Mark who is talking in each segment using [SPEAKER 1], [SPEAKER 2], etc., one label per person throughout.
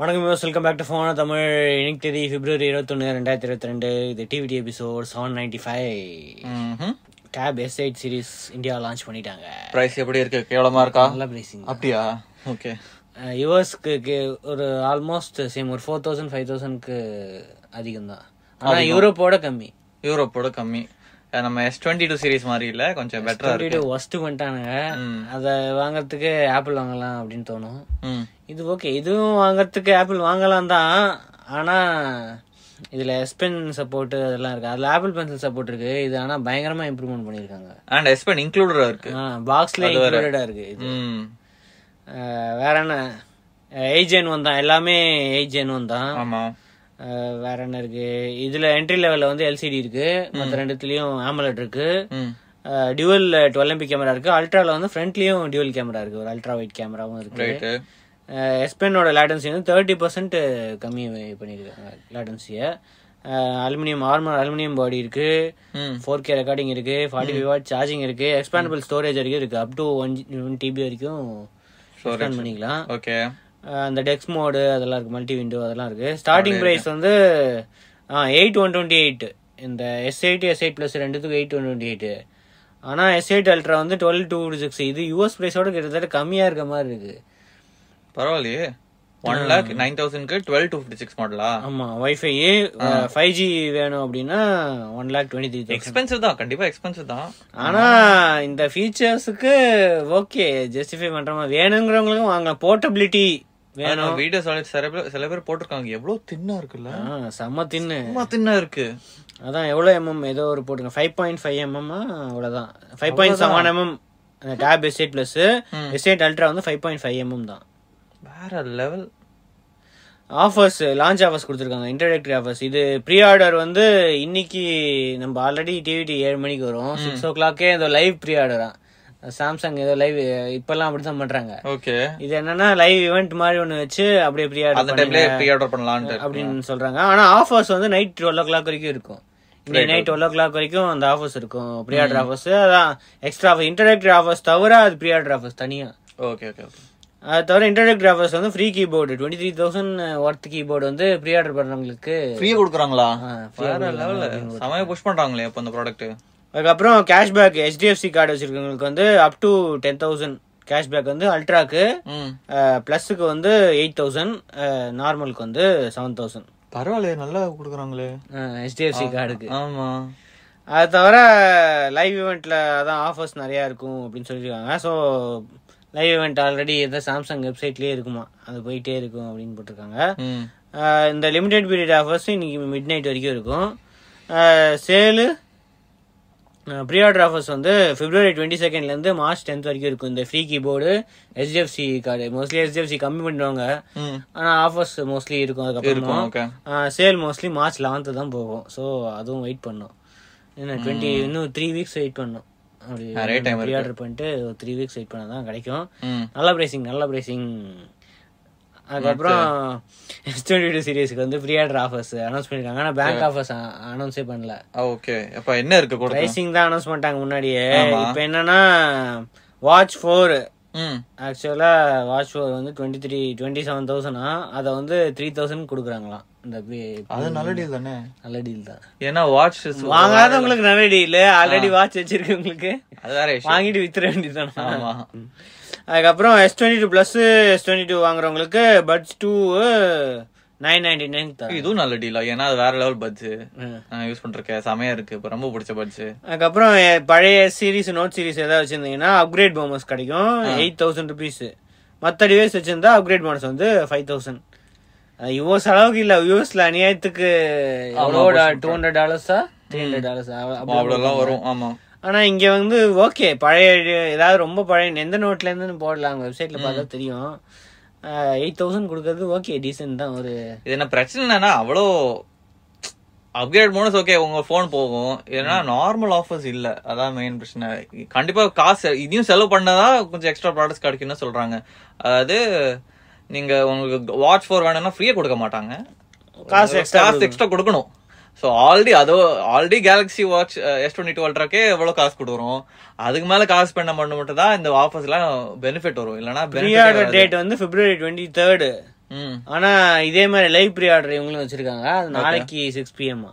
[SPEAKER 1] வணக்கம் யூஸ் welcome back to phone Tamil இன்னைக்கு தேதி பிப்ரவரி இருபத்தொன்று ரெண்டாயிரத்தி இருபத்தி ரெண்டு இது டிவிடி episode seven ninety five tab S eight series India launch பண்ணிட்டாங்க
[SPEAKER 2] பிரைஸ் எப்படி இருக்கு கேவலமா இருக்கா
[SPEAKER 1] நல்ல பிரைசிங்
[SPEAKER 2] அப்படியா ஓகே
[SPEAKER 1] யூஎஸ்க்கு ஒரு ஆல்மோஸ்ட் சேம் ஒரு ஃபோர் தௌசண்ட் ஃபைவ் தௌசண்ட்க்கு அதிகம் தான் ஆனால் யூரோப்போட கம்மி
[SPEAKER 2] யூரோப்போட கம்மி அஹ் நம்ம எஸ் டுவெண்ட்டி டூ சீரிஸ் மாதிரி இல்ல கொஞ்சம் பெட்டரா இருக்கு
[SPEAKER 1] ஒஸ்ட்டு பண்ணிட்டானுங்க அதை வாங்குறதுக்கு ஆப்பிள் வாங்கலாம் அப்படின்னு தோணும்
[SPEAKER 2] ம்.
[SPEAKER 1] இது ஓகே இதுவும் வாங்குறதுக்கு ஆப்பிள் வாங்கலாம் தான் ஆனா இதுல எஸ்பென் சப்போர்ட் அதெல்லாம் இருக்கு அதுல ஆப்பிள் பென்சில் சப்போர்ட் இருக்கு இது ஆனா பயங்கரமா இம்ப்ரூவ்மெண்ட் பண்ணிருக்காங்க
[SPEAKER 2] அண்ட் எஸ்பென் இன்க்ளூடரா இருக்கு
[SPEAKER 1] பாக்ஸ்ல இன்க்ளூடடா இருக்கு இது
[SPEAKER 2] ம்.
[SPEAKER 1] அஹ் வேற என்ன எயிட் ஜென் ஒன் தான் எல்லாமே எயிட் ஜென் ஒன் தான்
[SPEAKER 2] ஆமா
[SPEAKER 1] அஹ் வேற என்ன இருக்கு இதுல என்ட்ரி லெவல்ல வந்து எல்சிடி இருக்கு மற்ற ரெண்டுத்துலயும் ஆமலட் இருக்கு
[SPEAKER 2] ம்.
[SPEAKER 1] டியூவல் டுவெல் எம்பி கேமரா இருக்கு அல்ட்ரால வந்து ஃப்ரண்ட்லயும் டியூவல் கேமரா இருக்கு ஒரு அல்ட்ரா வைட் கேமராவும் இருக்கு
[SPEAKER 2] ரைட்டு
[SPEAKER 1] எஸ்பெனோட லேட்டன்சி வந்து தேர்ட்டி பர்சன்ட் கம்மி பண்ணியிருக்காங்க லேட்டன்சியை அலுமினியம் ஆர்மர் அலுமினியம் பாடி இருக்கு
[SPEAKER 2] ம்.
[SPEAKER 1] ஃபோர் கே ரெக்கார்டிங் இருக்கு ஃபார்ட்டி ஃபைவ் வாட் சார்ஜிங் இருக்கு எக்ஸ்பேண்டபிள் ஸ்டோரேஜ் வரைக்கும் இருக்கு up to one one TB வரைக்கும் எக்ஸ்பேண்ட் பண்ணிக்கலாம்
[SPEAKER 2] ஓகே
[SPEAKER 1] அஹ் அந்த டெக்ஸ் மோடு அதெல்லாம் இருக்கு மல்டி விண்டோ அதெல்லாம் இருக்கு ஸ்டார்டிங் ப்ரைஸ் வந்து எயிட் ஒன் டுவெண்ட்டி எயிட் இந்த S eight S eight plus ரெண்டுத்துக்கும் எயிட் ஒன் டுவெண்ட்டி எயிட் ஆனால் எஸ் எயிட் அல்ட்ரா வந்து டுவெல் டூ சிக்ஸ் இது யூஎஸ் ப்ரைஸோட கிட்டத்தட்ட கம்மியாக இருக்க மாதிரி இருக்கு
[SPEAKER 2] பரவாயில்லையே ஒன் லேக் நைன் தௌசண்ட்க்கு டுவெல் டூ ஃபிஃப்டி சிக்ஸ் மாடலா
[SPEAKER 1] ஆமா வைஃபை ஃபைவ் ஜி வேணும் அப்படின்னா one lakh twenty three thousand
[SPEAKER 2] expensive தான் கண்டிப்பா எக்ஸ்பென்சிவ் தான்
[SPEAKER 1] ஆனா இந்த ஃபீச்சர்ஸுக்கு ஓகே ஜஸ்டிஃபை பண்ற மாதிரி வேணுங்கிறவங்களுக்கும் வாங்க போர்ட்டபிலிட்டி வேணும்
[SPEAKER 2] வீடியோ சொல்ல சில பேர் சில பேர் போட்டிருக்காங்க எவ்வளவு தின்னா இருக்குல்ல
[SPEAKER 1] ஆ, செம்ம தின்னு
[SPEAKER 2] சும்மா தின்னா இருக்கு
[SPEAKER 1] அதான் எவ்வளோ எம்எம் ஏதோ ஒரு போட்டுங்க ஃபைவ் பாயிண்ட் ஃபைவ் எம்எம்மா அவ்வளோதான் ஃபைவ் பாயிண்ட் செவன் எம்எம் அந்த tab S eight plus S eight ultra வந்து ஃபைவ் பாயிண்ட் ஃபைவ் எம்எம் தான்
[SPEAKER 2] வேற லெவல்
[SPEAKER 1] ஆஃபர்ஸ் லான்ச் ஆஃபர்ஸ் கொடுத்துருக்காங்க இன்ட்ரடக்டரி ஆஃபர்ஸ் இது ப்ரீ ஆர்டர் வந்து இன்னைக்கு நம்ம ஆல்ரெடி டிவிடி ஏழு மணிக்கு வரும் சிக்ஸ் ஓ கிளாக்கே ஏதோ லைவ் ப்ரீ ஆர்டரா சாம்சங் ஏதோ லைவ் இப்பெல்லாம் அப்படிதான் பண்றாங்க
[SPEAKER 2] ஓகே
[SPEAKER 1] இது என்னன்னா லைவ் இவெண்ட் மாதிரி ஒன்று வச்சு அப்படியே ப்ரீ
[SPEAKER 2] அந்த
[SPEAKER 1] ஆர்டர்
[SPEAKER 2] டைம்ல ப்ரீ ஆர்டர் பண்ணலாம்னு
[SPEAKER 1] அப்படின்னு சொல்றாங்க ஆனா ஆஃபர்ஸ் வந்து நைட் டுவெல் ஓ கிளாக் வரைக்கும் இருக்கும் இன்னைக்கு நைட் டுவெல் ஓ கிளாக் வரைக்கும் அந்த ஆஃபர்ஸ் இருக்கும் ப்ரீ ஆர்டர் ஆஃபர்ஸ் அதான் எக்ஸ்ட்ரா ஆஃபர் இன்டராக்டிவ் ஆஃபர்ஸ் தவிர அது ப்ரீ ஆர்டர் ஆஃபர்ஸ் தனியா
[SPEAKER 2] ஓகே ஓகே ஓகே
[SPEAKER 1] அது தவிர இன்டராக்டிவ் ஆஃபர்ஸ் வந்து free keyboard twenty three thousand worth keyboard uh, வந்து ப்ரீ ஆர்டர் பண்றவங்களுக்கு
[SPEAKER 2] ஃப்ரீயா கொடுக்குறாங்களா
[SPEAKER 1] free
[SPEAKER 2] வேற லெவல்ல சமயம் புஷ் பண்றாங்களே அப்ப அந்த ப்ராடக்ட்
[SPEAKER 1] அதுக்கப்புறம் கேஷ்பேக் ஹெச்டிஎஃப்சி கார்டு வச்சிருக்கவங்களுக்கு வந்து up to ten thousand cashback வந்து அல்ட்ராக்கு
[SPEAKER 2] ம்
[SPEAKER 1] ப்ளஸுக்கு வந்து எயிட் தௌசண்ட் நார்மலுக்கு வந்து uh, செவன் தௌசண்ட்
[SPEAKER 2] பரவாயில்லையே நல்லா கொடுக்குறாங்களே
[SPEAKER 1] ஹெச்டிஎஃப்சி கார்டுக்கு
[SPEAKER 2] ஆமா
[SPEAKER 1] அது தவிர லைவ் இவெண்ட்டில் அதான் ஆஃபர்ஸ் நிறையா இருக்கும் அப்படின்னு சொல்லியிருக்காங்க ஸோ லைவ் இவெண்ட் ஆல்ரெடி எந்த சாம்சங் வெப்சைட்லேயே இருக்குமா அது போயிட்டே இருக்கும் அப்படின்னு போட்டிருக்காங்க
[SPEAKER 2] ம்
[SPEAKER 1] அஹ் இந்த லிமிடெட் பீரியட் ஆஃபர்ஸ் இன்னைக்கு மிட் நைட் வரைக்கும் இருக்கும் சேலு ப்ரீ ஆர்டர் ஆஃபர்ஸ் வந்து பிப்ரவரி டுவெண்ட்டி செகண்ட்லேருந்து மார்ச் டென்த் வரைக்கும் இருக்கும் இந்த free keyboard HDFC card mostly HDFC கம்மி பண்ணுவாங்க
[SPEAKER 2] ம்
[SPEAKER 1] ஆனால் ஆஃபர்ஸ் மோஸ்ட்லி இருக்கும்
[SPEAKER 2] இருக்கும்
[SPEAKER 1] அதுக்கப்புறம்
[SPEAKER 2] okay
[SPEAKER 1] sale mostly March eleventh தான் போகும் ஸோ அதுவும் வெயிட் பண்ணோம் என்ன டுவெண்ட்டி இன்னும் த்ரீ வீக்ஸ் வெயிட் பண்ணோம் அப்படி
[SPEAKER 2] நிறைய time
[SPEAKER 1] ப்ரீ ஆர்டர் பண்ணிட்டு த்ரீ வீக்ஸ் வெயிட் பண்ணால் தான் கிடைக்கும்
[SPEAKER 2] ம்
[SPEAKER 1] நல்ல பிரைசிங் நல்ல பிரைசிங் அதுக்கப்புறம் எஸ் டுவெண்ட்டி டூ சீரியஸ்க்கு வந்து ஃப்ரீ ஆர்டர் ஆஃபர்ஸ் அனௌன்ஸ் பண்ணிருக்காங்க ஆனால் பேங்க் ஆஃபர்ஸ் அனௌன்ஸே பண்ணல
[SPEAKER 2] ஓகே அப்ப என்ன இருக்கு கொடுக்க
[SPEAKER 1] பிரைசிங் தான் அனௌன்ஸ் பண்ணிட்டாங்க முன்னாடியே இப்போ என்னன்னா வாட்ச் ஃபோர்
[SPEAKER 2] ம்
[SPEAKER 1] ஆக்சுவலாக வாட்ச் ஃபோர் வந்து டுவெண்ட்டி த்ரீ டுவெண்ட்டி செவன் தௌசண்ட்னா அதை வந்து த்ரீ தௌசண்ட் கொடுக்குறாங்களாம் இந்த பி-
[SPEAKER 2] அது நல்ல டீல் தானே
[SPEAKER 1] நல்ல டீல் தான்
[SPEAKER 2] ஏன்னா வாட்ச்
[SPEAKER 1] வாங்காதவங்களுக்கு நல்ல டீல் ஆல்ரெடி வாட்ச் வச்சிருக்கவங்களுக்கு
[SPEAKER 2] அது வேற issue.
[SPEAKER 1] வாங்கிட்டு வித்துற வேண்டியதுதான்
[SPEAKER 2] ஆமா
[SPEAKER 1] அதுக்கப்புறம் S twenty two plus S twenty two வாங்குறவங்களுக்கு uh, buds two nine ninety nine தரும்
[SPEAKER 2] இதுவும் நல்ல டீலா ஏன்னா அது வேற லெவல் பட்ஜ்
[SPEAKER 1] ம்.
[SPEAKER 2] நான் யூஸ் பண்ணிருக்கேன் செமையா இருக்கு இப்ப ரொம்ப பிடிச்ச பட்ஜ்
[SPEAKER 1] அதுக்கப்புறம் எ- பழைய சீரிஸ் நோட் சீரிஸ் ஏதாவது வச்சிருந்தீங்கன்னா அப்கிரேட் போனஸ் கிடைக்கும் எயிட் தௌசண்ட் ருபீஸ் மற்ற டிவைஸ் வச்சிருந்தா அப்கிரேட் போனஸ் வந்து ஃபைவ் தௌசண்ட் யூஎஸ் அளவுக்கு இல்ல யூஎஸ்ல அநியாயத்துக்கு எவ்வளோ டூ ஹண்ட்ரட் டாலர்ஸா த்ரீ ஹண்ட்ரட் டாலர்ஸா
[SPEAKER 2] அவ்வளவுலாம் வரும் ஆமா
[SPEAKER 1] ஆனா இங்க வந்து ஓகே பழைய ஏதாவது ரொம்ப பழைய எந்த நோட்ல இருந்து போடலாம் வெப்சைட்ல பார்த்தா தெரியும் எயிட் தௌசண்ட் கொடுக்கறது ஓகே டீசென்ட் தான் ஒரு
[SPEAKER 2] இது என்ன பிரச்சனை என்னன்னா அவ்வளோ அப்கிரேட் போனஸ் ஓகே உங்க ஃபோன் போகும் ஏன்னா நார்மல் ஆஃபர்ஸ் இல்ல அதான் மெயின் பிரச்சனை கண்டிப்பா காசு இதையும் செலவு பண்ணதா கொஞ்சம் எக்ஸ்ட்ரா ப்ராடக்ட்ஸ் கிடைக்கும்னு சொல்றாங்க அதாவது நீங்க உங்களுக்கு வாட்ச் ஃபோர் வேணும்னா ஃப்ரீயா கொடுக்க மாட்டாங்க
[SPEAKER 1] காசு extra
[SPEAKER 2] காசு எக்ஸ்ட்ரா கொடுக்கணும் ஸோ ஆல்ரெடி அதோ already Galaxy watch S twenty two அல்ட்ராக்கே எவ்வளோ காசு கொடுக்குறோம் அதுக்கு மேல காசு பண்ண பண்ண மட்டும் தான் இந்த ஆஃபர்ஸ்லாம் பெனிஃபிட் வரும் இல்லைன்னா benefit
[SPEAKER 1] ஃப்ரீயாட டேட் வந்து பிப்ரவரி டுவெண்ட்டி தேர்டு
[SPEAKER 2] ம்
[SPEAKER 1] ஆனா இதே மாதிரி லைவ் ப்ரீ ஆர்டர் இவங்களும் வச்சிருக்காங்க அது நாளைக்கு six PM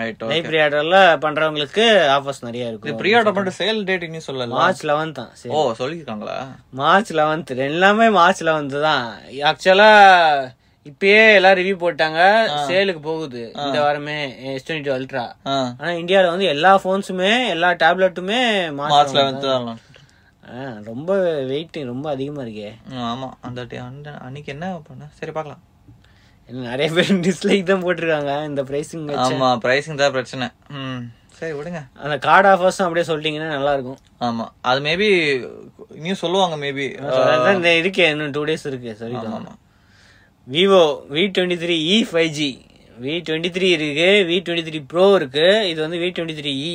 [SPEAKER 2] right
[SPEAKER 1] live pre ஆர்டர்ல பண்றவங்களுக்கு ஆஃபர்ஸ் நிறைய
[SPEAKER 2] இது
[SPEAKER 1] இருக்கும்
[SPEAKER 2] ப்ரீ ஆர்டர் பண்ணிட்டு சேல் டேட் இன்னும் சொல்லல
[SPEAKER 1] மார்ச் லெவன்த் தான் சரி
[SPEAKER 2] ஓ சொல்லியிருக்காங்களா
[SPEAKER 1] மார்ச் லெவன்த் எல்லாமே மார்ச் லெவன்த் தான் ஆக்சுவலா இப்பயே எல்லாம் ரிவ்யூ போட்டாங்க சேலுக்கு போகுது இந்த வாரமே எஸ் டுவெண்ட்டி அல்ட்ரா
[SPEAKER 2] ஆ
[SPEAKER 1] ஆனா இந்தியால வந்து எல்லா போன்ஸுமே எல்லா டேப்லெட்டுமே
[SPEAKER 2] மார்ச்
[SPEAKER 1] மார்ச்
[SPEAKER 2] லெவன்த் தான்
[SPEAKER 1] ஆ, ரொம்ப வெயிட் ரொம்ப அதிகமா இருக்கே
[SPEAKER 2] ம், ஆமா அந்த day- அந்த- அன்னைக்கு என்ன பண்ண சரி பார்க்கலாம்
[SPEAKER 1] என்ன நிறைய பேர் டிஸ்லைக் தான் போட்டிருக்காங்க இந்த பிரைசிங்
[SPEAKER 2] ஆமா பிரைசிங் தான் பிரச்சனை ம் சரி விடுங்க
[SPEAKER 1] அந்த கார்டு ஆஃபர்ஸ் அப்படியே சொல்லிட்டீங்கன்னா நல்லா இருக்கும்
[SPEAKER 2] ஆமா அது மேபி இன்னும் சொல்லுவாங்க மேபி
[SPEAKER 1] அதான் இந்த இருக்கே இன்னும் டூ டேஸ் இருக்கு சரி
[SPEAKER 2] ஆமா.
[SPEAKER 1] Vivo V twenty three E five G V twenty three இருக்கு வி டுவெண்ட்டி த்ரீ ப்ரோ இருக்கு இது வந்து E. V twenty three E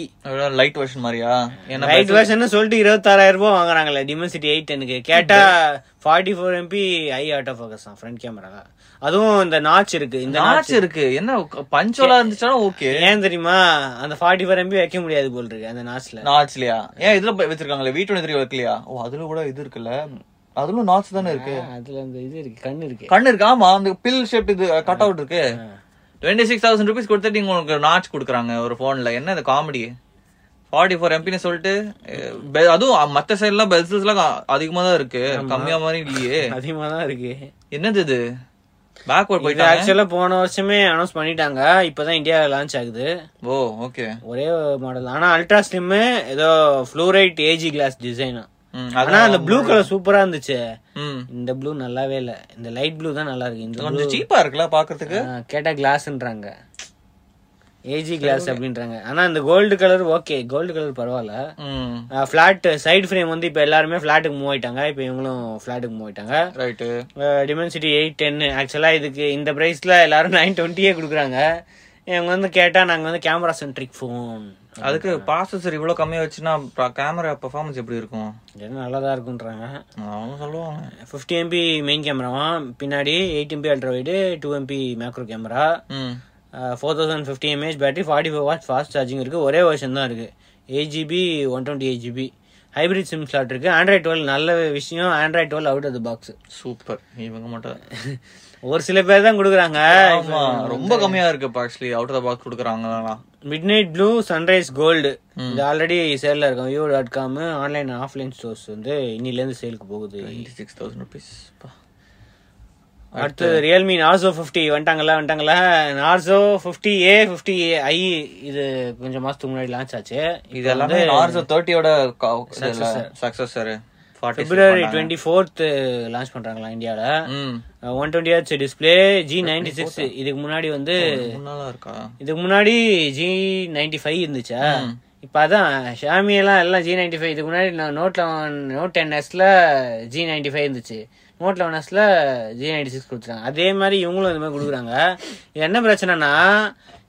[SPEAKER 2] lite version மாதிரியா என்ன
[SPEAKER 1] ரைட் வெர்ஷன் சொல்லிட்டு இருபத்தாறாயிரம் ரூபாய் வாங்குறாங்களே டிமென்சிட்டி எயிட் எனக்கு கேட்டா forty four MP eye auto focus தான் ஃப்ரண்ட் கேமரா அதுவும் இந்த நாச் இருக்கு இந்த
[SPEAKER 2] நாட்ச் இருக்கு என்ன பஞ்சோலா இருந்துச்சாலும் ஓகே
[SPEAKER 1] ஏன் தெரியுமா அந்த ஃபார்ட்டி ஃபோர் எம்பி வைக்க முடியாது போல் இருக்கு அந்த நாச்ல
[SPEAKER 2] நாட்ச்லயா ஏன் இதுல போய் வச்சிருக்காங்களே வீட்டு ஒன்று வைக்கலையா ஓ அதுல கூட இது இருக்குல்ல அதுலும் நாட்ச் தானே இருக்கு
[SPEAKER 1] அதுல அந்த இது இருக்கு கண் இருக்கு
[SPEAKER 2] கண்ணு இருக்கு ஆமா அந்த பில் ஷேப் இது கட் அவுட் இருக்கு டுவெண்ட்டி சிக்ஸ் தௌசண்ட் ருபீஸ் கொடுத்துட்டு நீங்க உங்களுக்கு நாட்ச் கொடுக்குறாங்க ஒரு போன்ல என்ன இது காமெடி ஃபார்ட்டி ஃபோர் எம்பின்னு சொல்லிட்டு அஹ், be- அதுவும் மற்ற சைட்லாம் பெல்சல்ஸ் எல்லாம் அதிகமா தான் இருக்கு கம்மியா மாதிரி இல்லையே
[SPEAKER 1] அதிகமா தான் இருக்கு
[SPEAKER 2] என்னது இது பேக்வர்ட்
[SPEAKER 1] இது
[SPEAKER 2] போயிட்டாங்க
[SPEAKER 1] ஆக்சுவலா போன வருஷமே அனௌன்ஸ் பண்ணிட்டாங்க இப்பதான் இந்தியாவில் லான்ச் ஆகுது
[SPEAKER 2] ஓ ஓகே
[SPEAKER 1] ஒரே மாடல் ஆனா அல்ட்ரா ஸ்லிம் ஏதோ ஃப்ளூரைட் ஏஜி கிளாஸ் டிசைனா
[SPEAKER 2] ம்
[SPEAKER 1] ஆனா
[SPEAKER 2] அதான்
[SPEAKER 1] அந்த ப்ளூ கலர் சூப்பரா இருந்துச்சு
[SPEAKER 2] ம்
[SPEAKER 1] இந்த ப்ளூ நல்லாவே இல்ல இந்த லைட் ப்ளூ தான் நல்லா இருக்கு இந்த blue,
[SPEAKER 2] கொஞ்சம் சீப்பா இருக்குல்ல பாக்குறதுக்கு
[SPEAKER 1] ஆ, கேட்டா கிளாஸ்ன்றாங்க ஏஜி கிளாஸ் அப்படின்றாங்க ஆனா இந்த gold colour okay gold colour பரவாயில்ல
[SPEAKER 2] ம்
[SPEAKER 1] ஃபிளாட் சைடு ஃப்ரேம் வந்து இப்போ எல்லாருமே ஃபிளாட்டுக்கு மூவ் ஆயிட்டாங்க இப்போ இவங்களும் ஃபிளாட்டுக்கு மூவ் ஆயிட்டாங்க
[SPEAKER 2] ரைட்டு
[SPEAKER 1] டிமென்சிட்டி எயிட் டென் ஆக்சுவலாக இதுக்கு இந்த ப்ரைஸில் எல்லாரும் நைன் டுவெண்ட்டியே கொடுக்குறாங்க இவங்க வந்து கேட்டால் நாங்கள் வந்து கேமரா சென்ட்ரிக் ஃபோன்
[SPEAKER 2] அதுக்கு ப்ராசஸர் இவ்வளோ கம்மியா வச்சுன்னா கேமரா பெர்ஃபார்மன்ஸ் எப்படி இருக்கும்
[SPEAKER 1] இதெல்லாம் நல்லா தான் இருக்குன்றாங்க
[SPEAKER 2] அவங்க சொல்லுவாங்க
[SPEAKER 1] ஃபிஃப்டி எம்பி மெயின் கேமராவா பின்னாடி eight MP ultra wide two MP macro camera
[SPEAKER 2] ம்
[SPEAKER 1] four thousand fifty mAh battery forty five watt fast charging இருக்குது ஒரே வருஷன் தான் இருக்குது eight GB one twenty eight GB hybrid SIM slot இருக்குது ஆண்ட்ராய்ட் டுவெல் நல்ல விஷயம் ஆண்ட்ராய்ட் டுவெல் அவுட் அது பாக்ஸ்
[SPEAKER 2] சூப்பர் இவங்க மட்டும்
[SPEAKER 1] ஒரு சில பேர் தான் கொடுக்குறாங்க
[SPEAKER 2] ஆமா ரொம்ப கம்மியா இருக்கு ஆக்சுவலி அவுட் ஆஃப் பாக்ஸ் கொடுக்குறாங்களா
[SPEAKER 1] mid night blue sunrise gold இது ஆல்ரெடி சேல்ல இருக்கும் view dot com online offline stores வந்து இன்னிலேருந்து சேலுக்கு போகுது
[SPEAKER 2] சிக்ஸ் தௌசண்ட் ருபீஸ்
[SPEAKER 1] அடுத்தது ரியல்மி நார்சோ ஃபிஃப்டி வந்துட்டாங்களா வந்துட்டாங்களா நார்சோ ஃபிஃப்டி ஏ ஃபிஃப்டி ஐ இது கொஞ்சம் மாசத்துக்கு முன்னாடி லான்ச் ஆச்சு
[SPEAKER 2] இது எல்லாமே நார்சோ தேர்ட்டியோட successor
[SPEAKER 1] February twenty fourth launch பண்றாங்களா இந்தியால
[SPEAKER 2] ம்
[SPEAKER 1] one twenty H display G ninety six இதுக்கு முன்னாடி வந்து
[SPEAKER 2] முன்னால இருக்கா
[SPEAKER 1] இதுக்கு முன்னாடி ஜி நைன்டி ஃபைவ் இருந்துச்சா இப்போ அதான் ஷாமி எல்லாம் எல்லாம் ஜி நைன்டி ஃபைவ் இதுக்கு முன்னாடி நான் நோட் லெவன் நோட் டென் எஸ்ல ஜி நைன்டி ஃபைவ் இருந்துச்சு நோட் லெவன் எஸ்ல ஜி நைன்டி சிக்ஸ் கொடுத்துருக்காங்க அதே மாதிரி இவங்களும் இந்த மாதிரி கொடுக்குறாங்க இது என்ன பிரச்சனைனா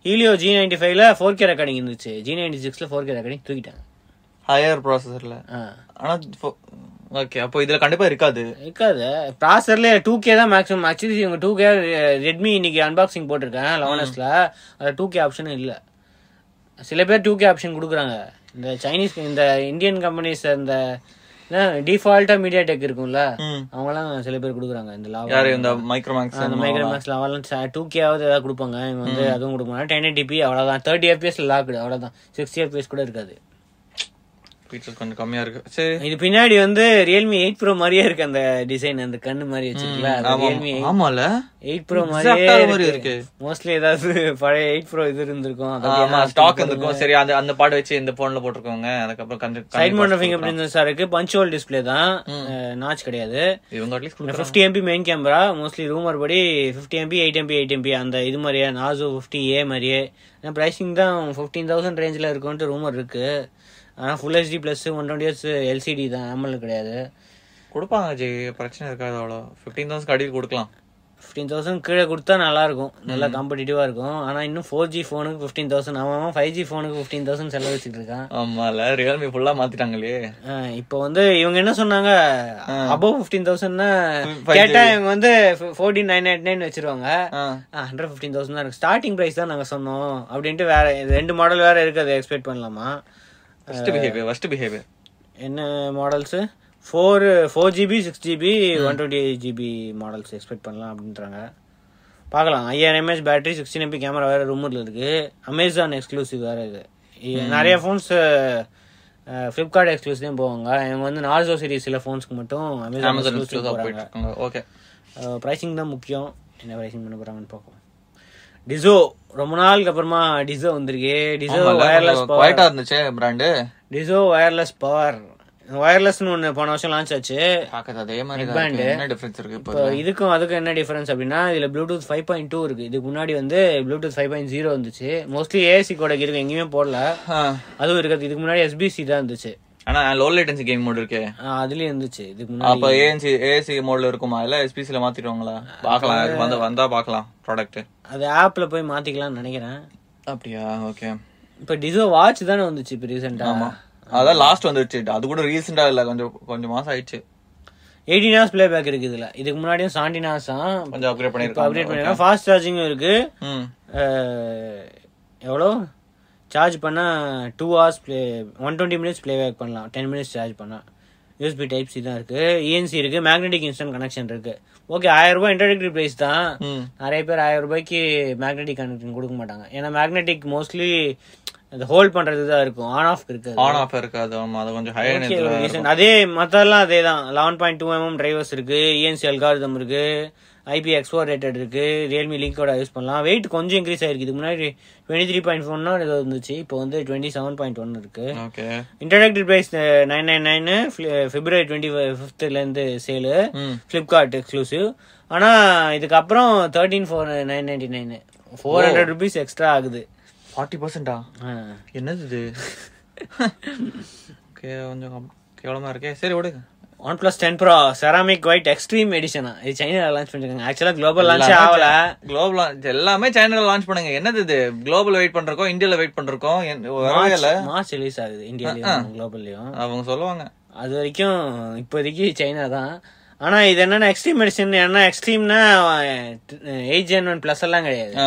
[SPEAKER 1] ஹீலியோ ஜி நைன்டி ஃபைவ்ல ஃபோர் கே ரெக்கார்டிங் இருந்துச்சு ஜி நைன்டி சிக்ஸ்ல ஃபோர் கே ரெக்கார்டிங் தூக்கிட்டாங்க
[SPEAKER 2] ஹையர் ப்ராசஸர்ல
[SPEAKER 1] ஆ.
[SPEAKER 2] ஆனா ஓகே அப்போ இதுல கண்டிப்பா இருக்காது
[SPEAKER 1] இருக்காது ப்ராசர்ல டூ கே தான் மேக்ஸிமம் ஆக்சுவலி இவங்க டூ கே ரெட்மி இன்னைக்கு அன்பாக்சிங் போட்டிருக்கேன் லெவன் எஸ்ல அது டூ கே ஆப்ஷனும் இல்லை சில பேர் டூ கே ஆப்ஷன் கொடுக்குறாங்க இந்த சைனீஸ் இந்த இந்தியன் கம்பெனிஸ் இந்த டிஃபால்ட்டா மீடியா டெக் இருக்கும்ல
[SPEAKER 2] ம்
[SPEAKER 1] அவங்கலாம் சில பேர் கொடுக்குறாங்க இந்த லாவா
[SPEAKER 2] யாரு இந்த மைக்ரோமேக்ஸ்
[SPEAKER 1] அந்த மைக்ரோமேக்ஸ் லெவலாம் டூ கேவாவது ஏதாவது கொடுப்பாங்க இவங்க வந்து அதுவும் கொடுக்க மாட்டாங்க டென் டிபி அவ்வளோதான் தேர்ட்டி எஃபிஎஸ் லாக்குடு அவ்வளோதான் சிக்ஸ்டி எஃபிஎஸ் கூட இருக்காது
[SPEAKER 2] ஃபீச்சர்ஸ் கொஞ்சம் கம்மியா இருக்கு சரி
[SPEAKER 1] இது பின்னாடி வந்து ரியல்மி எயிட் ப்ரோ மாதிரியே இருக்கு அந்த டிசைன் அந்த கண்ணு மாதிரி வச்சிருக்கல ரியல்மி
[SPEAKER 2] ஆமால
[SPEAKER 1] எயிட் ப்ரோ
[SPEAKER 2] Exact ஆ அது மாதிரி
[SPEAKER 1] மாதிரியே
[SPEAKER 2] இருக்கு.
[SPEAKER 1] இருக்கு மோஸ்ட்லி ஏதாவது பழைய எயிட் ப்ரோ இது இருந்திருக்கும்
[SPEAKER 2] ஆமா ஸ்டாக் இருந்திருக்கும் சரி அந்த அந்த பாட்டு வச்சு இந்த போன்ல போட்டிருக்கோங்க அதுக்கப்புறம்
[SPEAKER 1] சைட்
[SPEAKER 2] கண்டிப்பா
[SPEAKER 1] மவுண்ட் ஃபிங்கர் பிரிண்ட் தான் இருக்கு பஞ்சுவல் டிஸ்ப்ளே தான் நாச் கிடையாது
[SPEAKER 2] இவங்க அட்லீஸ்ட் கொடுக்குறாங்க
[SPEAKER 1] fifty MP main camera mostly rumour படி fifty MP eight MP eight MP அந்த இது மாதிரியே நாசோ ஃபிஃப்டி ஏ மாதிரியே ஆனால் ப்ரைஸிங் தான் ஃபிஃப்டீன் தௌசண்ட் ரேஞ்சில் இருக்கும்ட்டு ரூமர் இருக்கு ஆனால் full HD plus one twenty years LCD தான் ஆமல் கிடையாது
[SPEAKER 2] கொடுப்பாங்க ஜெய் பிரச்சனை இருக்காது அவ்வளோ ஃபிஃப்டீன் தௌசண்ட் கடையில் கொடுக்கலாம்
[SPEAKER 1] ஃபிஃப்டீன் தௌசண்ட் கீழே கொடுத்தா நல்லா இருக்கும் நல்லா காம்படிட்டிவாக இருக்கும் ஆனால் இன்னும் ஃபோர் ஜி ஃபோனுக்கு ஃபிஃப்டீன் தௌசண்ட் ஆமாம் ஃபைவ் ஜி ஃபோனுக்கு ஃபிஃப்டீன் தௌசண்ட் செலவழிச்சிட்டு இருக்கான்
[SPEAKER 2] ஆமால ரியல்மி ஃபுல்லா மாத்திட்டாங்களே
[SPEAKER 1] ஆஹ் இப்போ வந்து இவங்க என்ன சொன்னாங்க அபவ் ஃபிஃப்டீன் தௌசண்ட்னா கேட்டா இவங்க வந்து ஃபோர்டீன் நைன் நைன் நைன் வச்சிருவாங்க
[SPEAKER 2] ஆ.
[SPEAKER 1] ஹண்ட்ரட் ஃபிஃப்டீன் தௌசண்ட் தான் இருக்கு ஸ்டார்டிங் ப்ரைஸ் தான் நாங்கள் சொன்னோம் அப்படின்ட்டு வேற இது ரெண்டு மாடல் வேற இருக்கு அதை எக்ஸ்பெக்ட் பண்ணலாமா
[SPEAKER 2] ஃபர்ஸ்ட் பிஹேவியர் ஃபர்ஸ்ட் பிஹேவியர்
[SPEAKER 1] என்ன models four four GB six GB one twenty eight GB models expect பண்ணலாம் அப்படின்றாங்க பார்க்கலாம் ஐயாயிரம் mAh battery sixteen MP camera வேறு ரூமரில் இருக்குது அமேசான் எக்ஸ்க்ளூசிவ் வேறு இது இ- நிறைய ஃபோன்ஸ் ஃப்ளிப்கார்ட் எக்ஸ்க்ளூசிவ்லையும் போவாங்க இவங்க வந்து நார்சோ சீரிஸ் சில ஃபோன்ஸ்க்கு மட்டும் அமேசான்
[SPEAKER 2] அமேசான்
[SPEAKER 1] எக்ஸ்க்ளூசிவ்
[SPEAKER 2] எக்ஸ்க்ளூசிவா போயிட்டு
[SPEAKER 1] போகிறாங்க
[SPEAKER 2] இருக்காங்க ஓகே
[SPEAKER 1] ப்ரைசிங் தான் முக்கியம் என்ன ப்ரைசிங் பண்ண போகிறாங்கன்னு பார்ப்போம் டிசோ ரொம்ப நாளுக்கு அப்புறமா டிசோ வந்திருக்கு டிசோ வயர்லெஸ் பவர்
[SPEAKER 2] குவைட்டா இருந்துச்சு பிராண்டு
[SPEAKER 1] டிசோ வயர்லெஸ் பவர் வயர்லெஸ்னு ஒன்று போன வருஷம் லான்ச் ஆச்சு
[SPEAKER 2] பாக்கிறது அதே மாதிரி தான் இருக்கு. என்ன டிஃபரன்ஸ் இருக்கு இப்போ
[SPEAKER 1] இப்போ இதுக்கும் அதுக்கும் என்ன டிஃபரன்ஸ் அப்படின்னா இதில் ப்ளூடூத் ஃபைவ் பாயிண்ட் டூ இருக்குது இதுக்கு முன்னாடி வந்து ப்ளூடூத் ஃபைவ் பாயிண்ட் ஜீரோ இருந்துச்சு மோஸ்ட்லி ஏசி கூட இருக்கு எங்கேயுமே போடல அதுவும் இருக்காது இதுக்கு முன்னாடி எஸ்பிசி தான் இருந்துச்சு
[SPEAKER 2] ஆனா லோ லேட்டன்சி கேம் மோட் இருக்கே
[SPEAKER 1] ஆஹ் அதுலயும் இருந்துச்சு இதுக்கு
[SPEAKER 2] அப்ப
[SPEAKER 1] முன்னாடி
[SPEAKER 2] ஏஎன்சி ஏசி மோட்ல இருக்குமா இல்ல எஸ்பிசில மாத்திடுவாங்களா பாக்கலாம் அது வந்து வந்தா பாக்கலாம் ப்ராடக்ட்
[SPEAKER 1] அது ஆப்பில் போய் மாற்றிக்கலாம்னு நினைக்கிறேன்
[SPEAKER 2] அப்படியா ஓகே
[SPEAKER 1] இப்போ டிசோ வாட்ச் தானே வந்துச்சு இப்போ ரீசெண்டாக
[SPEAKER 2] அதான் லாஸ்ட் வந்துருச்சு அது கூட ரீசெண்டா இல்ல கொஞ்சம் கொஞ்சம் மாசம் ஆயிடுச்சு
[SPEAKER 1] எயிட்டீன் ஹார்ஸ் ப்ளே பேக் இருக்குது இதில் இதுக்கு முன்னாடியும் சாண்டினாஸ் தான்
[SPEAKER 2] கொஞ்சம் அப்கிரேட்
[SPEAKER 1] இப்போ அப்டேட்
[SPEAKER 2] பண்ணிருக்காங்க
[SPEAKER 1] பண்ணிடுறோம் ஃபாஸ்ட் சார்ஜிங்கும் இருக்குது
[SPEAKER 2] ம்
[SPEAKER 1] அஹ், எவ்வளோ சார்ஜ் பண்ணால் two hours play one twenty minutes play back பண்ணலாம் டென் மினிட்ஸ் சார்ஜ் பண்ணால் யூஎஸ்பி டைப் சி தான் E இருக்குது இஎன்சி இருக்குது மேக்னெட்டிக் இன்ஸ்டன்ட் கனெக்ஷன் இருக்குது ஓகே ஆயிரம் ரூபாய் இன்ட்ரடக்டரி ப்ரைஸ் தான்
[SPEAKER 2] ம்
[SPEAKER 1] நிறைய பேர் ஆயிரம் ரூபாய்க்கு மேக்னெட்டிக் கனெக்ஷன் கொடுக்க மாட்டாங்க ஏன்னா மேக்னெட்டிக் மோஸ்ட்லி அது ஹோல்ட் பண்ணுறது தான் இருக்கும் ஆன் ஆஃப் இருக்குது
[SPEAKER 2] ஆன் ஆஃப் இருக்காது ஆமா அது கொஞ்சம் ஹை
[SPEAKER 1] Okay, ஒரு reason. அதே மற்றெல்லாம் அதே தான் eleven point two mm drivers இருக்கு E இஎன்சி அல்காரிதம் இருக்கு ஐபி எக்ஸ்போர் ரேட்டட் இருக்கு ரியல்மி லிங்கோட யூஸ் பண்ணலாம் வெயிட் கொஞ்சம் இன்க்ரீஸ் ஆயிருக்கு இதுக்கு முன்னாடி டுவெண்ட்டி த்ரீ பாயிண்ட் ஃபோர்னா ஏதோ இருந்துச்சு இப்போ வந்து டுவெண்ட்டி செவன் பாயிண்ட் ஒன் இருக்கு uh,
[SPEAKER 2] okay
[SPEAKER 1] interactive price nine nine nine February twenty ஃபிஃப்த்லேருந்து சேலு
[SPEAKER 2] ம்
[SPEAKER 1] ஃப்ளிப்கார்ட் எக்ஸ்க்ளூசிவ் ஆனால் இதுக்கப்புறம் thirteen four nine ninety nine four hundred rupees extra ஆகுது
[SPEAKER 2] ஃபார்ட்டி பர்சன்டா
[SPEAKER 1] ஆ.
[SPEAKER 2] என்னது இது ஓகே கொஞ்சம் கம்- கேவலமா இருக்கே சரி விடுங்க
[SPEAKER 1] one plus ten bro ceramic white extreme எடிஷனா இது சைனால லான்ச் பண்ணிருக்காங்க ஆக்சுவலா குளோபல் லான்ச் ஆகல
[SPEAKER 2] குளோபல் launch எல்லாமே சைனால லான்ச் பண்ணுங்க என்னது இது குளோபல் வெயிட் பண்றோம் இந்தியால வெயிட் பண்றோம் வரவே இல்ல
[SPEAKER 1] மார்ச் ரிலீஸ் ஆகுது இந்தியாலயும் குளோபல்லையும்
[SPEAKER 2] அவங்க சொல்லுவாங்க
[SPEAKER 1] அது வரைக்கும் இப்போதைக்கு சைனா தான் ஆனா இது என்னன்னா எக்ஸ்ட்ரீம் எடிஷன் என்ன எக்ஸ்ட்ரீம்னா எயிட் ஜென் ஒன் பிளஸ் எல்லாம் கிடையாது
[SPEAKER 2] ஆ,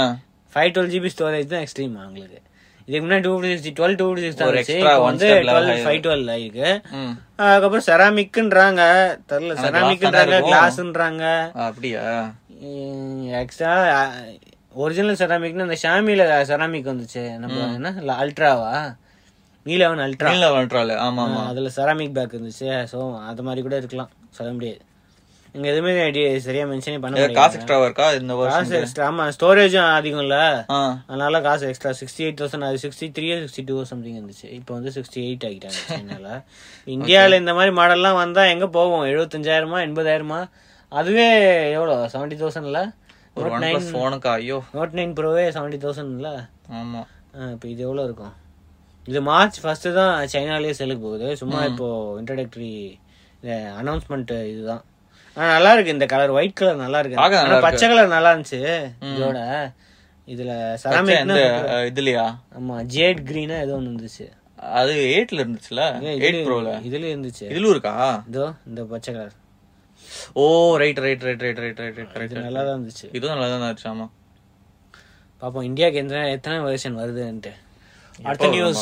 [SPEAKER 1] ஃபைவ் டுவெல் ஜிபி ஸ்டோரேஜ் தான் எக்ஸ்ட்ரீம் அவங்களுக்கு இதுக்கு முன்னாடி two fifty six twelve two fifty six தான்
[SPEAKER 2] ஒரு
[SPEAKER 1] இருந்துச்சு.
[SPEAKER 2] extra
[SPEAKER 1] இப்போ
[SPEAKER 2] one
[SPEAKER 1] வந்து
[SPEAKER 2] step level
[SPEAKER 1] twelve five twelve ஆயிருக்கு
[SPEAKER 2] ம்,
[SPEAKER 1] அதுக்கப்புறம் செராமிக்ன்றாங்க தெரில செராமிக்ன்றாங்க
[SPEAKER 2] இருக்கும்.
[SPEAKER 1] கிளாஸ்ன்றாங்க
[SPEAKER 2] அப்படியா
[SPEAKER 1] எக்ஸ்ட்ரா ஒரிஜினல் செராமிக்னா அந்த ஷாமியில் செராமிக் வந்துச்சு நம்ம என்ன ல- அல்ட்ராவா மீலவன் அல்ட்ரா
[SPEAKER 2] நீல வன்ட்ரால் ஆமா ஆமா
[SPEAKER 1] அதுல செராமிக் பேக் இருந்துச்சு ஸோ அது மாதிரி கூட இருக்கலாம் சொல்ல முடியாது இங்க எதுவுமே ஐடி- சரியா மென்ஷனே பண்ண
[SPEAKER 2] ஏ,
[SPEAKER 1] முடியாது
[SPEAKER 2] காசு எக்ஸ்ட்ராவா இருக்கா இந்த வருஷம்
[SPEAKER 1] காசு எக்ஸ்ட்ரா ஆமா ஸ்டோரேஜும் அதிகம் இல்ல
[SPEAKER 2] ஆ,
[SPEAKER 1] அதனால காசு எக்ஸ்ட்ரா சிக்ஸ்டி எயிட் தௌசண்ட் அது sixty three sixty two something இருந்துச்சு இப்போ வந்து சிக்ஸ்டி எயிட் ஆகிட்டாங்க சைனால இந்தியாவில் இந்த மாதிரி மாடல்லாம் வந்தா எங்க போவோம் எழுபத்தஞ்சாயிரமா எண்பதாயிரமா அதுவே எவ்வளோ செவன்டி தௌசண்ட்ல
[SPEAKER 2] ஒரு ஒன் பிளஸ் போனுக்கா ஐயோ
[SPEAKER 1] நோட் நைன் ப்ரோவே செவன்டி தௌசண்ட்ல
[SPEAKER 2] ஆமா
[SPEAKER 1] இப்போ இது எவ்வளோ இருக்கும் இது மார்ச் ஃபஸ்ட்டு தான் சைனாலேயே செல்லுக்கு போகுது சும்மா இப்போ இன்ட்ரடக்டரி அனௌன்ஸ்மெண்ட் இதுதான் ஆனா நல்லா இருக்கு இந்த கலர் ஒயிட் கலர் நல்லா இருக்கு
[SPEAKER 2] பார்க்க நல்லா
[SPEAKER 1] ஆனா பச்சை கலர் நல்லா இருந்துச்சு இதோட இதுல
[SPEAKER 2] சே,
[SPEAKER 1] சராமிக்
[SPEAKER 2] இந்த அ, இதுலயா
[SPEAKER 1] ஆமா ஜேட் கிரீனா ஏதோ ஒன்று இருந்துச்சு
[SPEAKER 2] அது எயிட்ல இருந்துச்சுல எயிட் ப்ரோல
[SPEAKER 1] இதுல இருந்துச்சு
[SPEAKER 2] இதுல இருக்கா
[SPEAKER 1] இதோ இந்த பச்சை கலர்
[SPEAKER 2] ஓ right right right right right right right right
[SPEAKER 1] நல்லா தான் இருந்துச்சு
[SPEAKER 2] இதுவும் நல்லா தான் இருந்துச்சு ஆமா
[SPEAKER 1] பாப்போம் இந்தியாவுக்கு எத்தனை எத்தனை வெர்ஷன் வருதுன்ட்டு அடுத்த news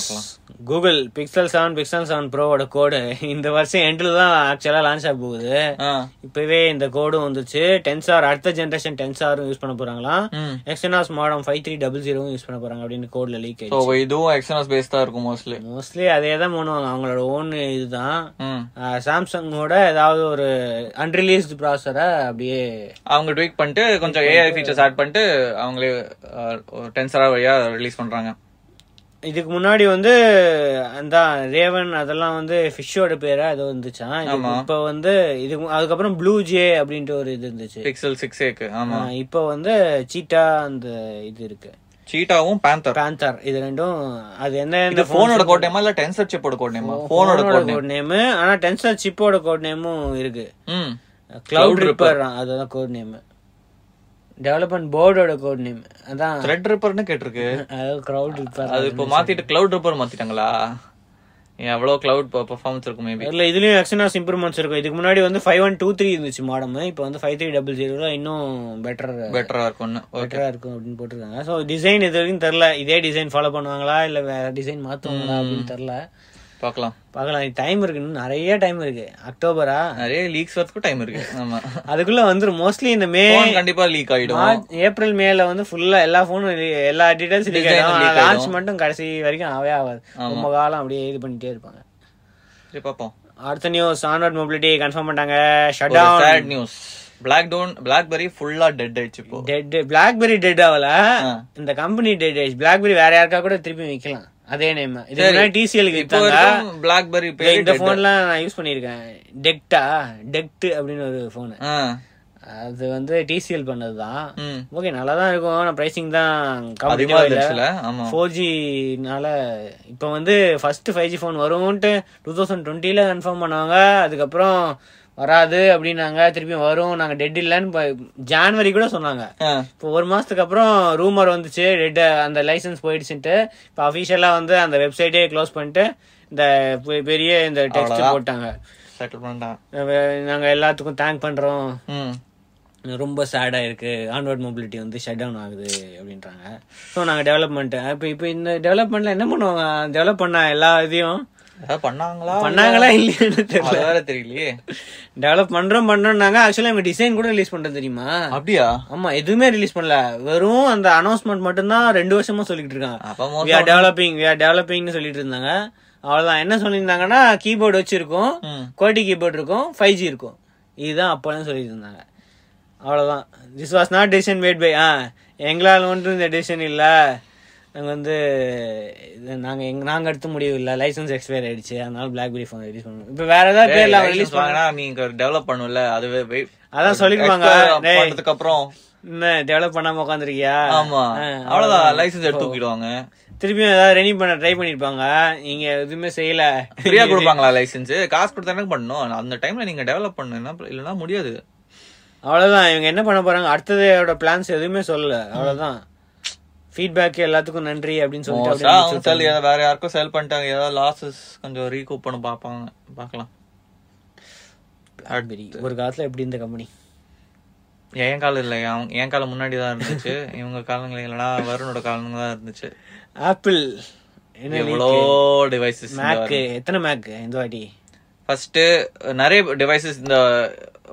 [SPEAKER 1] Google Pixel seven Pixel seven ப்ரோவோட கோடு இந்த வருஷம் எண்டில் தான் ஆக்சுவலாக லான்ச் ஆக போகுது
[SPEAKER 2] ஆ
[SPEAKER 1] இப்பவே இந்த கோடும் வந்துச்சு டென்சார் அடுத்த ஜென்ரேஷன் டென்சாரும் யூஸ் பண்ண போறாங்களாம்
[SPEAKER 2] ம்
[SPEAKER 1] Exynos modem five three double ஜீரோவும் யூஸ் பண்ண போறாங்க அப்படின்னு கோட்ல லீக்
[SPEAKER 2] ஸோ
[SPEAKER 1] ஆயிடுச்சு
[SPEAKER 2] இதுவும் எக்ஸ்டர்னஸ் பேஸ் தான் இருக்கும் மோஸ்ட்லி
[SPEAKER 1] மோஸ்ட்லி அதே தான் பண்ணுவாங்க அவங்களோட ஓன் இதுதான்
[SPEAKER 2] ம்
[SPEAKER 1] அஹ், சாம்சங்கோட ஏதாவது ஒரு அன்ரிலீஸ்டு ப்ராசரை அப்படியே
[SPEAKER 2] அவங்க ட்வீக் பண்ணிட்டு கொஞ்சம் ஏஐ ஃபீச்சர்ஸ் ஆட் பண்ணிட்டு அவங்களே டென்சரா வழியா ரிலீஸ் பண்றாங்க
[SPEAKER 1] இதுக்கு முன்னாடி வந்து அந்த ரேவன் அதெல்லாம் வந்து ஃபிஷ்ஷோட பேரா ஏதோ இருந்துச்சாம் இதுக்கு
[SPEAKER 2] ஆமா.
[SPEAKER 1] இப்போ வந்து இதுக்கு அதுக்கப்புறம் ப்ளூ ஜே அப்படின்ட்டு ஒரு இது இருந்துச்சு
[SPEAKER 2] பிக்சல் சிக்ஸ் ஏக்கு ஆமா
[SPEAKER 1] அஹ், இப்போ வந்து சீட்டா அந்த இது இருக்கு
[SPEAKER 2] சீட்டாவும் பேந்தர்
[SPEAKER 1] பிராந்தார் இது ரெண்டும் அது என்ன
[SPEAKER 2] இது போனோட கோட் நேமா இல்ல டென்சர் சிப்போட கோட் நேமா போனோட கோட் நேம்
[SPEAKER 1] கோட் நேம் ஆனா டென்சர் சிப்போட கோட் நேமும் இருக்கு
[SPEAKER 2] ம்
[SPEAKER 1] கிளவுட் ரிப்பர் அதுதான் கோட் நேம் டெவலப்மெண்ட் போர்டோட கோட் நேம் அதான்
[SPEAKER 2] த்ரெட் ரிப்பர்னு கேட்டிருக்கு
[SPEAKER 1] அதாவது கிரவுட் ரிப்பர்
[SPEAKER 2] அது இப்போ மாத்திட்டு கிளவுட் ரிப்பர் மாத்திட்டாங்களா எவ்வளோ கிளவுட் பெர்ஃபார்மன்ஸ் இருக்கும் மேபி
[SPEAKER 1] இல்ல இதுலயும் எக்ஸனாஸ் இம்ப்ரூவ்மெண்ட்ஸ் இருக்கும் இதுக்கு முன்னாடி வந்து ஃபைவ் ஒன் டூ த்ரீ இருந்துச்சு மாடம் இப்போ வந்து ஃபைவ் த்ரீ டபுள் ஜீரோல இன்னும் பெட்டர்
[SPEAKER 2] பெட்டரா இருக்கும்னு ஓகே
[SPEAKER 1] பெட்டரா இருக்கும் அப்படின்னு போட்டிருக்காங்க ஸோ டிசைன் இது வரைக்கும் தெரில இதே டிசைன் ஃபாலோ பண்ணுவாங்களா இல்ல வேற டிசைன் மாத்துவாங்களா அப்படின்னு தெரில
[SPEAKER 2] பார்க்கலாம்
[SPEAKER 1] பார்க்கலாம் டைம் இருக்கு இன்னும் நிறைய டைம் இருக்கு அக்டோபரா
[SPEAKER 2] நிறைய லீக்ஸ் வரதுக்கும் டைம் இருக்கு ஆமா
[SPEAKER 1] அதுக்குள்ள வந்துரும் மோஸ்ட்லி இந்த மே
[SPEAKER 2] ஃபோன் கண்டிப்பா லீக் ஆயிடும்
[SPEAKER 1] மார்ச் ஏப்ரல் மேல வந்து ஃபுல்லா எல்லா ஃபோனும் எல்லா டீடைல்ஸ் லீக்
[SPEAKER 2] Design leak
[SPEAKER 1] ஆயிடும் லான்ச்
[SPEAKER 2] ஆயிடும்.
[SPEAKER 1] மட்டும் கடைசி வரைக்கும் ஆவே ஆகாது ரொம்ப காலம் அப்படியே இது பண்ணிட்டே இருப்பாங்க
[SPEAKER 2] சரி பாப்போம்
[SPEAKER 1] அடுத்த நியூஸ் ஆன்வர்ட் மொபிலிட்டி கன்ஃபார்ம் பண்ணிட்டாங்க shut
[SPEAKER 2] chat
[SPEAKER 1] down
[SPEAKER 2] news black tone BlackBerry ஃபுல்லா டெட் ஆயிடுச்சு இப்போ
[SPEAKER 1] டெட் பிளாக்பெரி டெட் ஆகல இந்த கம்பெனி டெட் ஆயிடுச்சு பிளாக்பெரி வேற யாருக்கா கூட திருப்பி விக்கலாம் அதே நேம் இது முன்னாடி டிசிஎலுக்கு
[SPEAKER 2] இப்போ
[SPEAKER 1] வித்தாங்க
[SPEAKER 2] வரைக்கும் பிளாக்பெரி
[SPEAKER 1] இல்ல,
[SPEAKER 2] பேர்
[SPEAKER 1] இந்த போன்லாம் நான் யூஸ் பண்ணியிருக்கேன் டெக்டா டெக்ட் அப்படின்னு ஒரு போனு
[SPEAKER 2] ஆ
[SPEAKER 1] அது வந்து டிசிஎல் பண்ணதுதான்
[SPEAKER 2] ம்
[SPEAKER 1] ஓகே நல்லா தான் இருக்கும் ஆனா பிரைசிங் தான்
[SPEAKER 2] அதிகமா
[SPEAKER 1] கம்மியாக
[SPEAKER 2] இருந்துச்சுல ஆமா
[SPEAKER 1] ஃபோர் ஜினால இப்போ வந்து ஃபர்ஸ்ட் ஃபைவ் ஜி ஃபோன் வரும்ன்ட்டு டூ தௌசண்ட் டுவெண்ட்டியில் கன்ஃபார்ம் பண்ணாங்க அதுக்கப்புறம் வராது அப்படின்னாங்க திருப்பி வரும் நாங்கள் டெட் இல்லைன்னு இப்ப ஜான்வரி கூட சொன்னாங்க
[SPEAKER 2] ஆ.
[SPEAKER 1] இப்போ ஒரு மாதத்துக்கு அப்புறம் ரூமர் வந்துச்சு டெட் அந்த லைசன்ஸ் போயிடுச்சுன்ட்டு இப்போ அஃபிஷியலாக வந்து அந்த வெப்சைட்டே க்ளோஸ் பண்ணிட்டு இந்த பெ- பெரிய இந்த டெக்ஸ்ட்
[SPEAKER 2] அவ்வளவுதான்.
[SPEAKER 1] போட்டாங்க
[SPEAKER 2] செட்டில் பண்ணிட்டான்
[SPEAKER 1] நாங்கள் எல்லாத்துக்கும் தேங்க் பண்ணுறோம்
[SPEAKER 2] ம்
[SPEAKER 1] ரொம்ப சேடாக இருக்குது ஆன்வர்ட் மொபிலிட்டி வந்து ஷட் டவுன் ஆகுது அப்படின்றாங்க ஸோ நாங்கள் டெவலப்மெண்ட் இப்போ இப்போ இந்த டெவலப்மெண்ட்டில் என்ன பண்ணுவாங்க டெவலப் பண்ண எல்லா இதையும்
[SPEAKER 2] ஏதாவது பண்ணாங்களா
[SPEAKER 1] பண்ணாங்களா இல்லையான்னு தெரியல
[SPEAKER 2] அது வேற தெரியலையே
[SPEAKER 1] டெவலப் பண்ணுறோம் பண்ணுறோம்னாங்க ஆக்சுவலாக இவங்க டிசைன் கூட ரிலீஸ் பண்ணுறது தெரியுமா
[SPEAKER 2] அப்படியா
[SPEAKER 1] ஆமாம் எதுவுமே ரிலீஸ் பண்ணல வெறும் அந்த அனௌன்ஸ்மெண்ட் மட்டும்தான் ரெண்டு வருஷமா சொல்லிக்கிட்டு இருக்காங்க
[SPEAKER 2] அப்ப
[SPEAKER 1] we are developing we are டெவலப்பிங்னு சொல்லிட்டு இருந்தாங்க அவ்வளோதான் என்ன சொல்லியிருந்தாங்கன்னா கீபோர்டு வச்சிருக்கோம்
[SPEAKER 2] ம்.
[SPEAKER 1] குவாலிட்டி கீபோர்டு இருக்கும் ஃபைவ் ஜி இருக்கும் இதுதான் அப்போலாம் சொல்லிட்டு இருந்தாங்க அவ்வளோதான் this was not decision made by ah எங்களால் ஒன்றும் இந்த டிசிஷன் இல்லை நாங்கள் வந்து இது நாங்கள் எங்க நாங்கள் எடுத்து முடிவு இல்லை லைசன்ஸ் எக்ஸ்பயர் ஆயிடுச்சு அதனால பிளாக்பெரி ஃபோன் ரிலீஸ் பண்ணுவோம் இப்போ வேற ஏதாவது பேர்ல அவங்க ரிலீஸ்
[SPEAKER 2] ரிலீஸ் பண்ணா நீங்க டெவலப் பண்ணும்ல அதுவே wait-
[SPEAKER 1] அதான் சொல்லிருப்பாங்க.
[SPEAKER 2] expire
[SPEAKER 1] டேய்.
[SPEAKER 2] பண்ணதுக்கு அப்புறம்
[SPEAKER 1] என்ன டெவலப் பண்ணாமல் உட்காந்துருக்கியா
[SPEAKER 2] ஆமா அவ்வளவுதான் லைசன்ஸ் எடுத்து தூக்கிடுவாங்க
[SPEAKER 1] திருப்பியும் ஏதாவது ரெனியூ பண்ண ட்ரை பண்ணியிருப்பாங்க நீங்க எதுவுமே செய்யல
[SPEAKER 2] ஃப்ரீயா கொடுப்பாங்களா லைசென்ஸ் காசு கொடுத்தா என்ன பண்ணணும் அந்த டைம்ல நீங்க டெவலப் பண்ணுனா இல்லனா முடியாது
[SPEAKER 1] அவ்வளவுதான் இவங்க என்ன பண்ண போறாங்க அடுத்ததோட பிளான்ஸ் எதுவுமே சொல்லல அவ்வளவுதான் ஃபீட்பேக் எல்லாத்துக்கும் நன்றி அப்படின்னு சொல்லிட்டு
[SPEAKER 2] மோஸ்டா
[SPEAKER 1] அப்படியே முடிச்சு
[SPEAKER 2] அவங்க செல் ஏதாவது வேற யாருக்கும் செல் பண்ணிட்டாங்க ஏதாவது லாசஸ் கொஞ்சம் ரீகூப் பண்ண பார்ப்பாங்க பார்க்கலாம்
[SPEAKER 1] BlackBerry. ஒரு காலத்துல எப்படி இந்த கம்பெனி
[SPEAKER 2] என் காலம் இல்லை அவங்க என் காலம் முன்னாடி தான் இருந்துச்சு இவங்க காலங்கள் இல்லைனா வருணோட காலங்க தான் இருந்துச்சு
[SPEAKER 1] ஆப்பிள் என்ன
[SPEAKER 2] எவ்வளோ டிவைசஸ்
[SPEAKER 1] மேக்கு எத்தனை மேக்கு இந்த வாட்டி
[SPEAKER 2] ஃபர்ஸ்ட் நிறைய டிவைசஸ் இந்த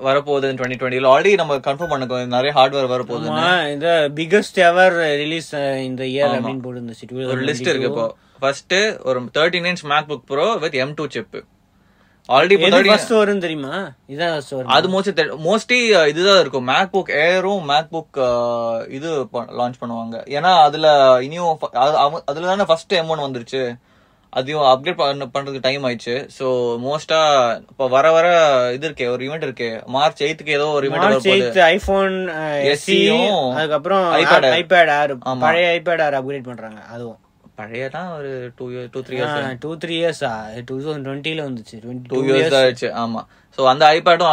[SPEAKER 2] வரப்போகுது டுவெண்ட்டி டுவெண்ட்டில ஆல்ரெடி நம்ம கன்ஃபார்ம் பண்ணிக்கோம் நிறைய ஹார்ட்வேர் வரப்போகுது
[SPEAKER 1] ஆமா இந்த பிகஸ்ட் எவர் ரிலீஸ் இந்த இயர் அப்படின்னு போட்டு
[SPEAKER 2] ஒரு லிஸ்ட் இருக்கு இப்போ ஃபர்ஸ்ட் ஒரு thirteen inch MacBook Pro with M two chip already இப்போ
[SPEAKER 1] எது
[SPEAKER 2] 13
[SPEAKER 1] ஃபர்ஸ்ட் வரும் தெரியுமா இதான் ஃபர்ஸ்ட் வரும்
[SPEAKER 2] அது மோஸ்ட் மோஸ்ட்லி uh, இதுதான் இருக்கும் மேக் புக் ஏரும் மேக் புக் uh, இது லான்ச் பண்ணுவாங்க ஏன்னா அதுல இனியும் ஃப- அது- அவ- அதுல தானே ஃபர்ஸ்ட் எம் ஒன் வந்துருச்சு அதையும் அப்கிரேட் பண்ண பண்றதுக்கு டைம் ஆயிடுச்சு ஸோ மோஸ்டா இப்போ வர வர இது இருக்கே ஒரு ஈவெண்ட் இருக்கே மார்ச் எயித்துக்கு ஏதோ ஒரு ஈவெண்ட்
[SPEAKER 1] மார்ச்
[SPEAKER 2] வரப்போகுது
[SPEAKER 1] எயித் ஐபோன் எஸ்சி
[SPEAKER 2] SE-யும்
[SPEAKER 1] uh, அதுக்கப்புறம்
[SPEAKER 2] iPad Air.
[SPEAKER 1] ஐபேட் ஆறு
[SPEAKER 2] ஆமா.
[SPEAKER 1] பழைய ஐபேட் ஆறு அப்கிரேட் பண்றாங்க அதுவும்
[SPEAKER 2] பழையதான் ஒரு two year two three years
[SPEAKER 1] two three இயர்ஸா டூ தௌசண்ட் டுவெண்ட்டில வந்துச்சு டுவெண்ட்டி
[SPEAKER 2] டூ இயர்ஸ் தான் ஆயிடுச்சு ஆமா ஸோ அந்த ஐபேடும்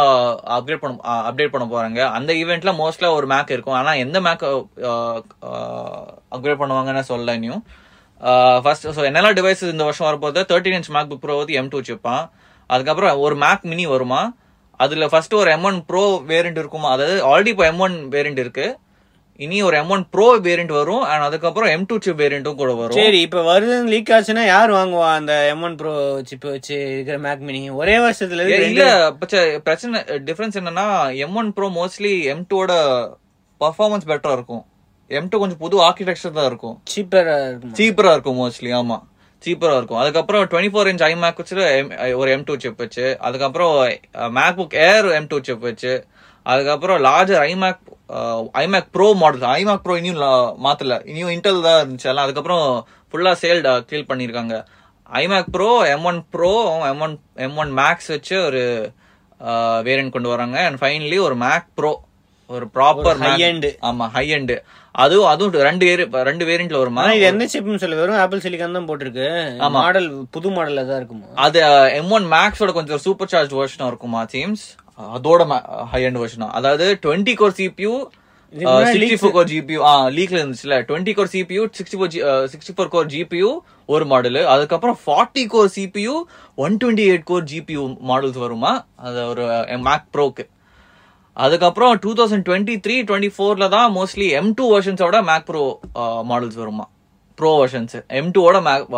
[SPEAKER 2] அப்கிரேட் பண்ண அப்டேட் பண்ண போறாங்க அந்த ஈவெண்ட்ல மோஸ்ட்ல ஒரு மேக் இருக்கும் ஆனா எந்த மேக் அப்கிரேட் பண்ணுவாங்கன்னு சொல்ல இன்னும் ஃபர்ஸ்ட் ஸோ என்னெல்லாம் டிவைஸ் இந்த வருஷம் வரப்போது thirteen inch MacBook Pro வந்து எம் டூ வச்சுப்பான் அதுக்கப்புறம் ஒரு மேக் மினி வருமா அதுல ஃபர்ஸ்ட் ஒரு எம் ஒன் ப்ரோ வேரியன்ட் இருக்குமா அதாவது ஆல்ரெடி இப்போ எம் ஒன் வேரியன்ட் இருக்கு இனி ஒரு எம் ஒன் ப்ரோ வேரியன்ட் வரும் அண்ட் அதுக்கப்புறம் எம் டூ சிப் வேரியன்ட்டும் கூட வரும்
[SPEAKER 1] சரி இப்ப வருதுன்னு லீக் ஆச்சுன்னா யார் வாங்குவா அந்த எம் ஒன் ப்ரோ சிப் வச்சு இருக்கிற மேக் மினி ஒரே வருஷத்துல
[SPEAKER 2] ஏ,
[SPEAKER 1] இருக்கு
[SPEAKER 2] இல்ல
[SPEAKER 1] ரெண்டு-
[SPEAKER 2] பச்ச பிரச்சனை டிஃபரன்ஸ் என்னன்னா M one Pro mostly M டூவோட பர்ஃபார்மன்ஸ் பெட்டரா இருக்கும் எம் டூ கொஞ்சம் புது ஆர்கிடெக்சர் தான் இருக்கும்
[SPEAKER 1] cheaper ஆ இருக்குமா
[SPEAKER 2] சீப்பரா இருக்கும் மோஸ்ட்லி ஆமா சீப்பரா இருக்கும் அதுக்கப்புறம் twenty four inch iMac வச்சு ஒரு எம் டூ சிப் வச்சு அதுக்கப்புறம் MacBook Air M two chip வச்சு அதுக்கப்புறம் larger iMac iMac Pro model iMac Pro இனியும் லா- மாத்தல இனியும் இன்டெல் தான் இருந்துச்சு எல்லாம் அதுக்கப்புறம் ஃபுல்லா சேல் கீழ் பண்ணியிருக்காங்க iMac Pro M one Pro M one M one Max வச்சு ஒரு வேரியன்ட் கொண்டு வராங்க அண்ட் ஃபைனலி ஒரு மேக் ப்ரோ ஒரு ப்ராப்பர்
[SPEAKER 1] high end.
[SPEAKER 2] ஆமா ஹை எண்டு அதுவும் அதுவும் ரெண்டு வேரி- ரெண்டு வேரியன்ட்ல வருமா
[SPEAKER 1] ஆனா இது என்ன சிப்னு சொல்லி வெறும் ஆப்பிள் சிலிக்கான் தான் போட்டிருக்கு மாடல் புது மாடல்ல தான் இருக்குமா
[SPEAKER 2] அது எம் ஒன் மேக்ஸோட கொஞ்சம் சூப்பர் சார்ஜ் வெர்ஷனா இருக்குமா சீம்ஸ் அதோட ஹை அண்ட் வெர்ஷனா அதாவது டுவெண்ட்டி கோர் சிபியூ
[SPEAKER 1] இதுக்கு முன்னாடி
[SPEAKER 2] சிக்ஸ்டி ஃபோர் கோர் ஜிபியூ ஆ லீக்ல ah, இருந்துச்சுல twenty core CPU sixty four sixty four core GPU ஒரு மாடல் அதுக்கப்புறம் forty core CPU one twenty eight core GPU models வருமா அது ஒரு uh, மேக் ப்ரோக்கு அதுக்கப்புறம் two thousand twenty three twenty ஃபோரில் தான் மோஸ்ட்லி எம் uh, டூ வெர்ஷன்ஸோட மேக் ப்ரோ மாடல்ஸ் வருமா ப்ரோ வெர்ஷன்ஸ் எம் டூவோட மேக்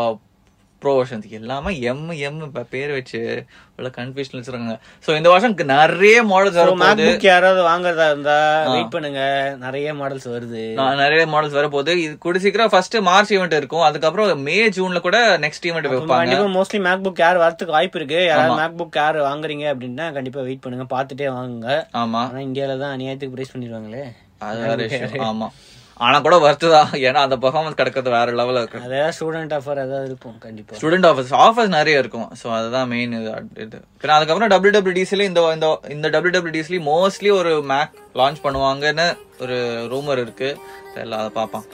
[SPEAKER 2] ப்ரோ வருஷன்ஸ் uh, எல்லாமே எம் எம் இப்போ பேர் வச்சு இவ்வளோ கன்ஃபியூஷன் வச்சுருக்காங்க ஸோ இந்த வருஷம் க- நிறைய மாடல்ஸ் வரும்
[SPEAKER 1] மேக்புக் யாராவது வாங்குறதா இருந்தா வெயிட் பண்ணுங்க நிறைய மாடல்ஸ் வருது
[SPEAKER 2] நான் நிறைய மாடல்ஸ் வரப்போகுது இது கூட சீக்கிரம் ஃபர்ஸ்ட் மார்ச் ஈவெண்ட் இருக்கும் அதுக்கப்புறம் மே ஜூன்ல கூட நெக்ஸ்ட் ஈவெண்ட் வைப்பாங்க
[SPEAKER 1] கண்டிப்பா மோஸ்ட்லி மேக்புக் ஏர் வரதுக்கு வாய்ப்பு இருக்கு யாராவது மேக்புக் ஏர் வாங்குறீங்க அப்படின்னா கண்டிப்பா வெயிட் பண்ணுங்க பார்த்துட்டே வாங்குங்க
[SPEAKER 2] ஆமா
[SPEAKER 1] ஆனா இந்தியால தான் அநியாயத்துக்கு பிரைஸ் பண்ணிடுவாங்களே
[SPEAKER 2] அது வேற விஷயம் ஆமா ஆனா கூட வருத்துதான் ஏன்னா அந்த பெர்ஃபார்மன்ஸ் கிடைக்கிறது வேற லெவல்ல இருக்கு
[SPEAKER 1] அதாவது ஸ்டூடெண்ட் ஆஃபர் ஏதாவது இருக்கும் கண்டிப்பா
[SPEAKER 2] ஸ்டூடெண்ட் ஆஃபர்ஸ் ஆஃபர்ஸ் நிறைய இருக்கும் ஸோ அதுதான் மெயின் இது இது பின்ன அதுக்கப்புறம் டபிள்யூ டபிள்யூ இந்த இந்த இந்த டபிள்யூ டபிள்யூ மோஸ்ட்லி ஒரு மேக் லான்ச் பண்ணுவாங்கன்னு ஒரு ரூமர் இருக்கு தெரியல அதை பார்ப்பான்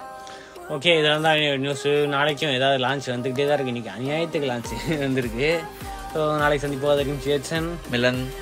[SPEAKER 1] ஓகே இதெல்லாம் தான் நியூஸ் நாளைக்கும் ஏதாவது லான்ச் வந்துக்கிட்டே தான் இருக்கு இன்னைக்கு அநியாயத்துக்கு லான்ச் வந்திருக்கு ஸோ நாளைக்கு சந்திப்போம் அதற்கும் சேச்சன்
[SPEAKER 2] மிலன்